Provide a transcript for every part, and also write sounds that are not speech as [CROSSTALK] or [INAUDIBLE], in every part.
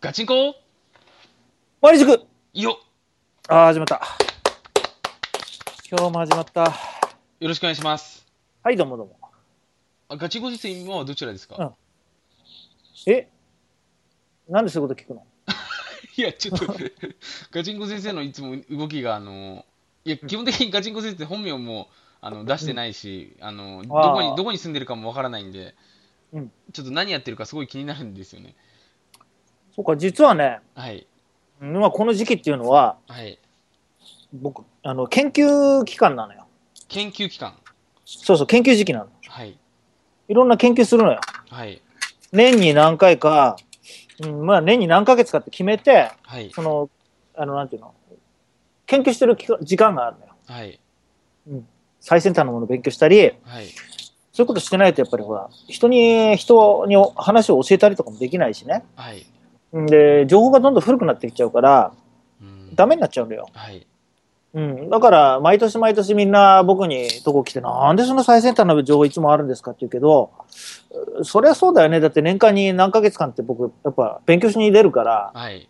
ガチンコマリ塾よっああ、始まった。今日も始まった。よろしくお願いします。はい、どうもどうも。あガチンコ実践今はどちらですか、うんえなんでそういうこと聞くのいや、ちょっと、 [LAUGHS] ガチンコ先生のいつも動きが、あの、いや、基本的にガチンコ先生本名もあの出してないし、あの、どこあに、ーどこに住んでるかもわからないんで、うんちょっと何やってるかすごい気になるんですよね。そうか、実はね、はい、うんまあ、この時期っていうのは、はい。僕、あの、研究期間なのよ。研究機関。そうそう、研究時期なの。はい、いろんな研究するのよ。はい、年に何回か、うん、まあ、年に何ヶ月かって決めて、はい、その、あの、なんていうの、研究してる期間時間があるのよ。はい、最先端のものを勉強したり、はい、そういうことしてないと、やっぱりほら、人に、人に話を教えたりとかもできないしね。はい。で、情報がどんどん古くなってきちゃうから、うんダメになっちゃうんだよ。はい、うん。だから、毎年毎年みんな僕にとこ来て、なんでその最先端の情報いつもあるんですかって言うけど、うそりゃそうだよね。だって年間に何ヶ月間って僕、やっぱ勉強しに出るから、はい、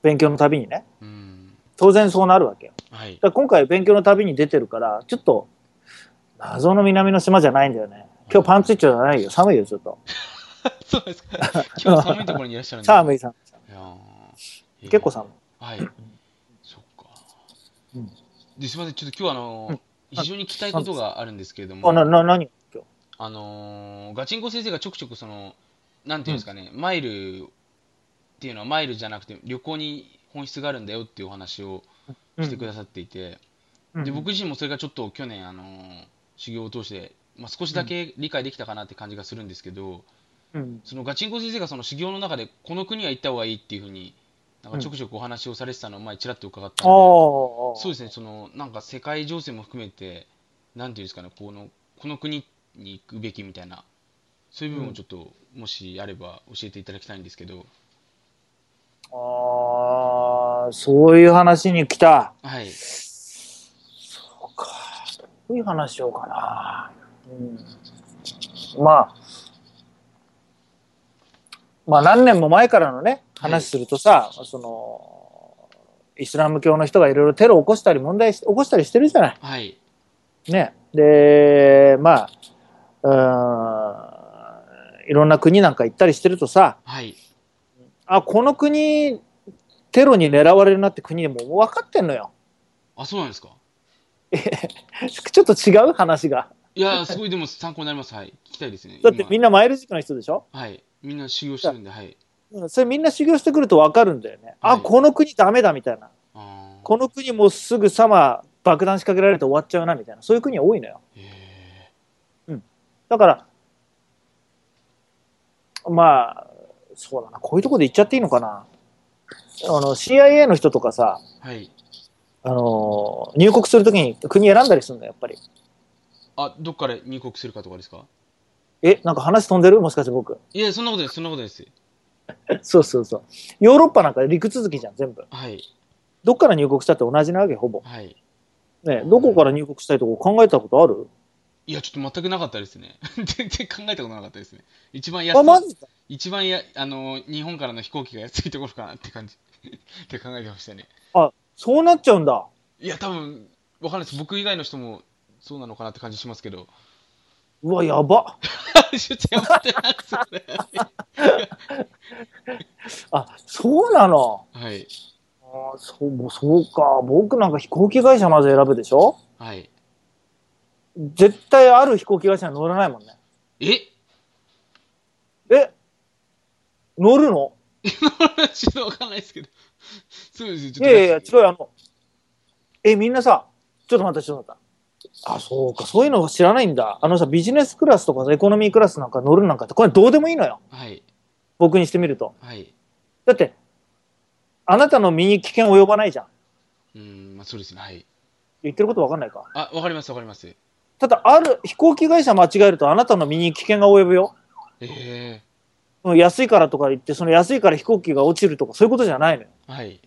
勉強の旅にね。うん、当然そうなるわけよ。 [LAUGHS] はい。だから今回勉強の旅に出てるから、ちょっと、謎の南の島じゃないんだよね。今日パンツ一丁じゃないよ。寒いよ、ちょっと。そうですか。今日寒いところにいらっしゃるんですね [LAUGHS] 寒い寒いやい。ー結構寒い。はい。そっか。うんですみません、ちょっと今日はあのーうんあ非常に聞きたいことがあるんですけれども、あ、な、あな、何今日。のーガチンコ先生がちょくちょくその、なんていうんですかね、マイルっていうのはマイルじゃなくて旅行に本質があるんだよっていうお話をうんしてくださっていて、うんで僕自身もそれがちょっと去年、あのー修行を通して、まあ、少しだけ理解できたかなって感じがするんですけど、うん。そのガチンコ先生がその修行の中でこの国は行った方がいいっていうふうになんかちょくちょくお話をされてたのを前ちらっと伺ったああ。ので、そうですね。ねそのなんか世界情勢も含めてなんていうんですかねこのこの国に行くべきみたいなそういう部分をちょっと、もしあれば教えていただきたいんですけどああ、そういう話に来た。はいそうか。どういう話しようかな。うん。まあ。まあ何年も前からのね、話するとさ、その、イスラム教の人がいろいろテロを起こしたり問題し起こしたりしてるじゃない。はいね。で、まあ、うーん、いろんな国なんか行ったりしてるとさ、はいあこの国テロに狙われるなって国でももう分かってんのよあそうなんですか [LAUGHS] ちょっと違う話がいやーすごいでも参考になりますはい聞きたいですねだってみんななマイル塾の人でしょはいみんな修行してるんではいうんそれみんな修行してくると分かるんだよねあはいこの国ダメだみたいなあーこの国もうすぐさま爆弾仕掛けられて終わっちゃうなみたいなそういう国多いのよへえだからまあそうだなこういうとこで言っちゃっていいのかなあの CIA の人とかさはいあの入国するときに国選んだりするんだよやっぱりあどっから入国するかとかですかえなんか話飛んでるもしかして僕いやそんなことですそんなことです [LAUGHS] そうそうそう。ヨーロッパなんか陸続きじゃん、全部。はいどっから入国したって同じなわけ、ほぼ。はい。ねえどこから入国したいとか考えたことあるいや、ちょっと全くなかったですね。 [LAUGHS] 全然考えたことなかったですね。一番安い、あ、マジか。一番や、あの、日本からの飛行機が安いところかなって感じ [LAUGHS] って考えてましたね。そうなっちゃうんだ。いや、多分、わかんないです。僕以外の人もそうなのかなって感じしますけど。うわ、やば。 [LAUGHS] ちょっとやばってなんですよねあ、そうなの。はい。あそうもうそうか。僕なんか飛行機会社まず選ぶでしょはい。絶対ある飛行機会社に乗らないもんね。え [LAUGHS] え乗るのちょっとわかんないですけど。そうですよ、ちょっいやと。いやいや、違うよ、あの。え、みんなさ、ちょっと待って、ちょっと待った。あ、そうか、そういうの知らないんだ。あのさ、ビジネスクラスとかさエコノミークラスなんか乗るなんかって、これどうでもいいのよ。はい。僕にしてみると。はい。だって、あなたの身に危険及ばないじゃん。うーん、まあそうですね。はい。言ってることわかんないか。あ、わかります、わかります。ただ、ある飛行機会社間違えると、あなたの身に危険が及ぶよ。えうん安いからとか言って、その安いから飛行機が落ちるとか、そういうことじゃないのよ。えはい。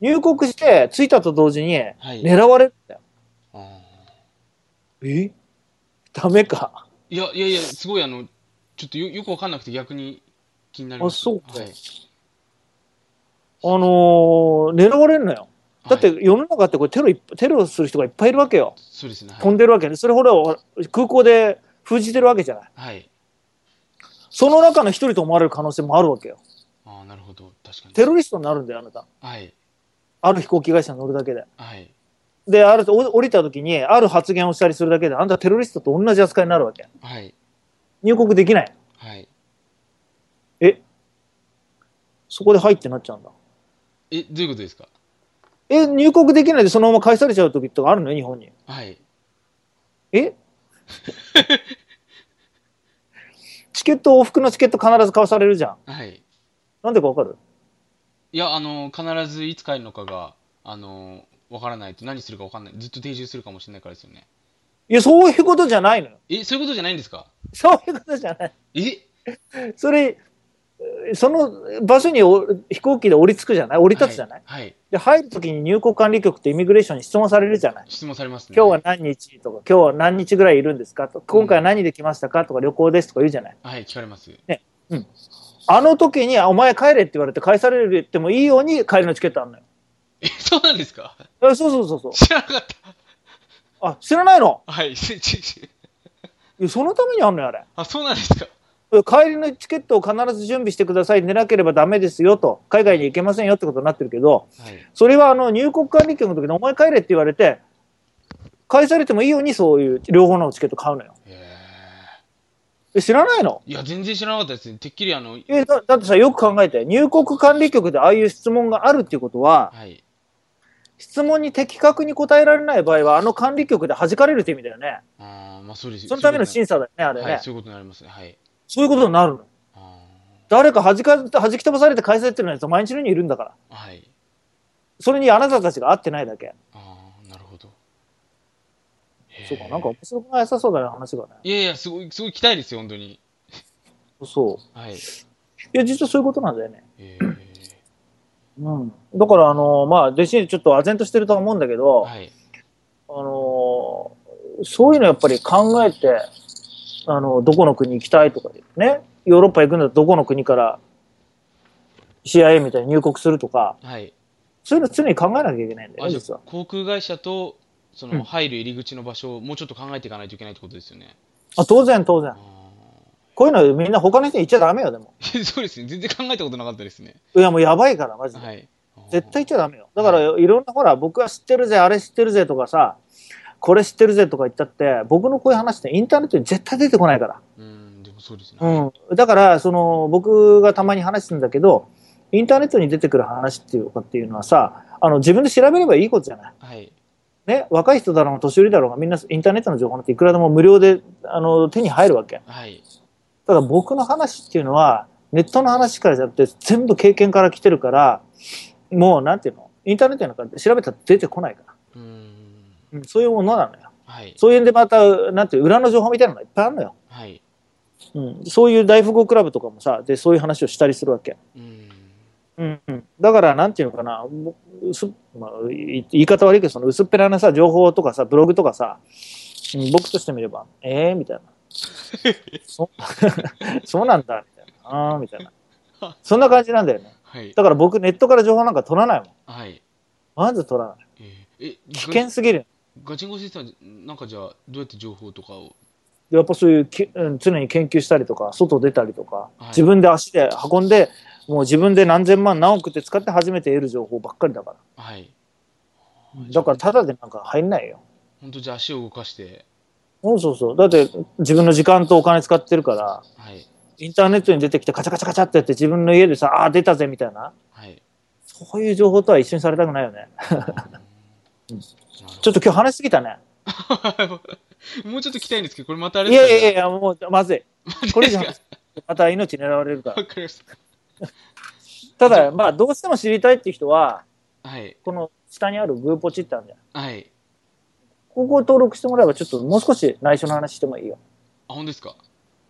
入国して、着いたと同時に、はい。狙われるんだよ。あーえダメか。いやいやいや、すごいあの、ちょっとよよくわかんなくて逆に気になりまあ、す。そうか。はい。あのー狙われるのよ。だっはい、て世の中ってこれテロいっぱいテロする人がいっぱいいるわけよ。そうですね。は飛んい。でるわけで、それほら空港で封じてるわけじゃない。はい、その中の一人と思われる可能性もあるわけよ。ああ、なるほど。確かに。テロリストになるんだよ、あなた。はい。ある飛行機会社に乗るだけで。はい。で、あるお降りた時に、ある発言をしたりするだけで、あんたテロリストと同じ扱いになるわけ。はい。入国できない。はい。そこで入ってなっちゃうんだ。え、どういうことですかえ、入国できないでそのまま返されちゃう時とかあるのよ、日本に。はい。えチケット、往復のチケット必ず買わされるじゃん。はい。なんでかわかるいや、あの、必ずいつ帰るのかが、あの、わからないと何するかわかんない。ずっと定住するかもしれないからですよね。いや、そういうことじゃないのよ。え、そういうことじゃないんですかそういうことじゃない。えそれ、えーその場所にお飛行機で降り着くじゃない降り立つじゃない、はい。はいで、入るときに入国管理局ってイミグレーションに質問されるじゃない質問されますね。今日は何日とか、今日は何日ぐらいいるんですかとか、今回は何で来ましたかとか、旅行ですとか言うじゃない。はい、聞かれます。あの時に、あお前帰れって言われて返されてもいいように帰りのチケットあんのよ。え、そうなんですかあそうそうそうそう。知らなかっあ、知らないのた。はい。 [LAUGHS] ちちちいやそのためにあんのよ、あれ。あ、そうなんですか帰りのチケットを必ず準備してください。寝なければダメですよと。海外に行けませんよってことになってるけど、はい。それはあの入国管理局の時にお前帰れって言われて、返されてもいいようにそういう両方のチケット買うのよ。ええ知らないのーいや、全然知らなかったですね。てっきりあの、えだだってさ、よく考えて、入国管理局でああいう質問があるっていうことは、はい。質問に的確に答えられない場合は、あの管理局で弾かれるって意味だよね。あーまあ、そうですそのためのそうい審査だよね、あうこれとね。にはい、そういうことになりますね。はい。そういうことになるの。あ誰か弾か弾き飛ばされて返されてるのやつは毎日のようにいるんだから。ーはい。それにあなたたちが合ってないだけ。ああ、なるほど。へーそうか、なんか面白くなさそうだね、話がね。いやいや、すごい、すごい期待ですよ、本当に。そう。はい。いや、実はそういうことなんだよね。えー、うん。だから、あのまあ、弟子にちょっと唖然としてるとは思うんだけど、はい。あのそういうのやっぱり考えて、あのどこの国行きたいとかね、ヨーロッパ行くんだったらどこの国から CIA みたいに入国するとか、はい。そういうの常に考えなきゃいけないんだよあね、じ実ゃあは。航空会社と、そうんの、入る入り口の場所をもうちょっと考えていかないといけないってことですよね。あ、当然、当然あ。あこういうのはみんな他の人に言っちゃダメよ、でも。ー。 [LAUGHS] そうですね。全然考えたことなかったですね。いや、もうやばいから、マジで。はい。あー絶対言っちゃダメよ。だから、いろんな、ほら、僕は知ってるぜ、あれ知ってるぜとかさ、これ知ってるぜとか言ったって、僕のこういう話ってインターネットに絶対出てこないから。うん、でもそうですね。うん、だからその僕がたまに話すんだけどインターネットに出てくる話っていうかっていうのはさあの自分で調べればいいことじゃない、はい。ね、若い人だろうが年寄りだろうがみんなインターネットの情報なんていくらでも無料であの手に入るわけはい。ただ僕の話っていうのはネットの話からじゃなくて全部経験から来てるからもうなんていうのインターネットなんか調べたら出てこないから、うん。うん、そういうものなのよはい。そういうんでまたなんていう裏の情報みたいなのがいっぱいあるのよ、はい。うん、そういう大富豪クラブとかもさでそういう話をしたりするわけうん。うんうんだから、なんていうのかな、もう薄まあ、い言い方悪いけど、その薄っぺらなさ、情報とかさ、ブログとかさ、うん僕としてみれば、えー、みたい [LAUGHS] な。そ [LAUGHS] そうなんだ、みたいな。あーみたいな。 [LAUGHS] そんな感じなんだよね。はい。だから僕、ネットから情報なんか取らないもん。はい。まず取らない。えー、え、危険すぎる。ガチンコ先生は、なんかじゃあ、どうやって情報とかを。でやっぱそういうき、うん、常に研究したりとか、外出たりとか、はい自分で足で運んで、もう自分で何千万何億って使って初めて得る情報ばっかりだから。はい。だから、ただでなんか入んないよ。本当じゃあ足を動かして、そうそうそう。だって自分の時間とお金使ってるから、はい、インターネットに出てきてカチャカチャカチャってやって自分の家でさ、ああー、出たぜみたいな。はい。そういう情報とは一緒にされたくないよね。ちょっと今日話しすぎたね。もうちょっと来たいんですけど、これ [LAUGHS] またあれいですやかいやいや、もうまず [LAUGHS] い。これ以上話すまた命狙われるから。わかりましただ、まあ、どうしても知りたいって人は、た。はい、この下にあるグーポチってあるじゃん。はい。ここを登録してもらえば、ちょっともう少し内緒の話してもいいよ。あ、本当ですか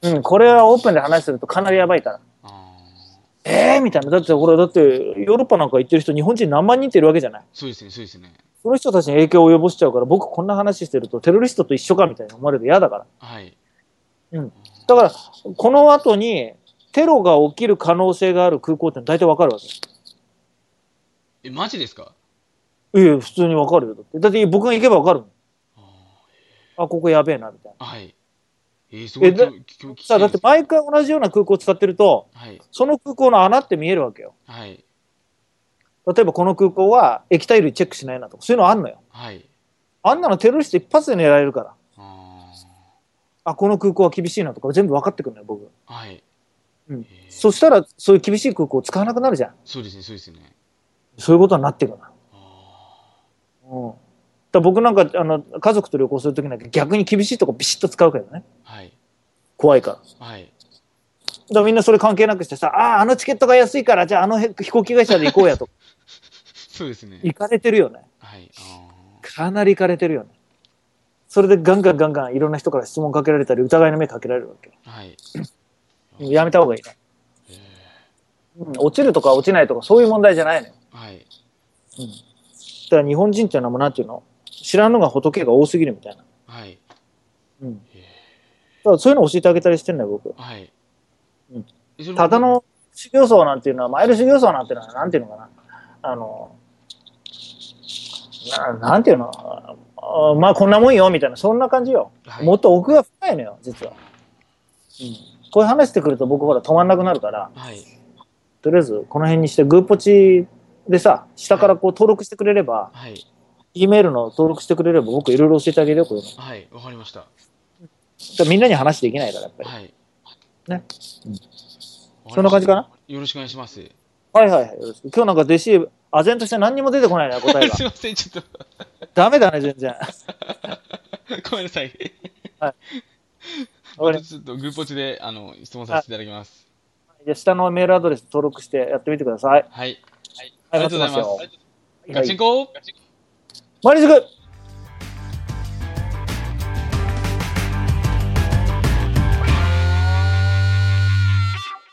うん、これはオープンで話するとかなりやばいから。ああ、えーみたいな。だって、これ、だって、ヨーロッパなんか行ってる人、日本人何万人っているわけじゃない。そうですね、そうですね。その人たちに影響を及ぼしちゃうから、僕こんな話してるとテロリストと一緒かみたいに思われると嫌だから。はい。うん。だから、この後にテロが起きる可能性がある空港って大体わかるわけ。え、マジですかいや、普通にわかるよ。だって、だって僕が行けばわかるもん。ああ、ここやべえな、みたいな。ーはい。えー、すごいえだ今日今日聞きたさいあ、だでってすけど毎回同じような空港を使ってると、はい。その空港の穴って見えるわけよ。はい。例えばこの空港は液体類チェックしないなとか、そういうのあんのよ。はい。あんなのテロリスト一発で狙えるから。ああ、この空港は厳しいなとか、全部分かってくるのよ、僕。ーはい。うんえーそしたら、そういう厳しい空港を使わなくなるじゃん。そうですね、そうですね。そういうことになっていくな。あうん。だから僕なんか、あの、家族と旅行するときなんか逆に厳しいとこビシッと使うけどね。ーはい。怖いから。だかはい。 [LAUGHS] らみんなそれ関係なくしてさ、ああ、あのチケットが安いから、じゃああのへ飛行機会社で行こうやと。そうですね。行かれてるよね。はい。あかなり行かれてるよね。それでガンガンガンガンいろんな人から質問かけられたり、疑いの目かけられるわけ。ーはい。やめた方がいいね。えうん、落ちるとか落ちないとかそういう問題じゃないのよ。ーはい。だから日本人っていうのはもうなんていうの知らんのが仏が多すぎるみたいな。はい。うん。だからそういうの教えてあげたりしてんのよ、僕。はい。うんえそれただの修行僧なんていうのは、マイル修行僧なんていうのは、なんていうのかな。あの、ななんていうのあまあこんなもんよ、みたいな、そんな感じよ。はいもっと奥が深いのよ、実は。こういう話してくると僕ほら止まんなくなるから、はい。とりあえずこの辺にしてグーポチでさ、下からこう登録してくれれば、はい。 E メールの登録してくれれば僕いろいろ教えてあげるよ、こういうの。だはい。わかりました。からみんなに話できないから、やっぱり。はい。ねうわかりんましたそんな感じかなよろしくお願いします。はいはいはい。よろしく今日なんか弟子、唖然として何にも出てこないな、答え [LAUGHS] が [LAUGHS] す。いません、ちょっと。ダメだね、全 [LAUGHS] 然。ごめんなさい。わかりましたちょっとグーポチであの質問させていただきます。じゃあ下のメールアドレス登録してやってみてください。はい。ありあがとうございます。いガチンコ毎日行く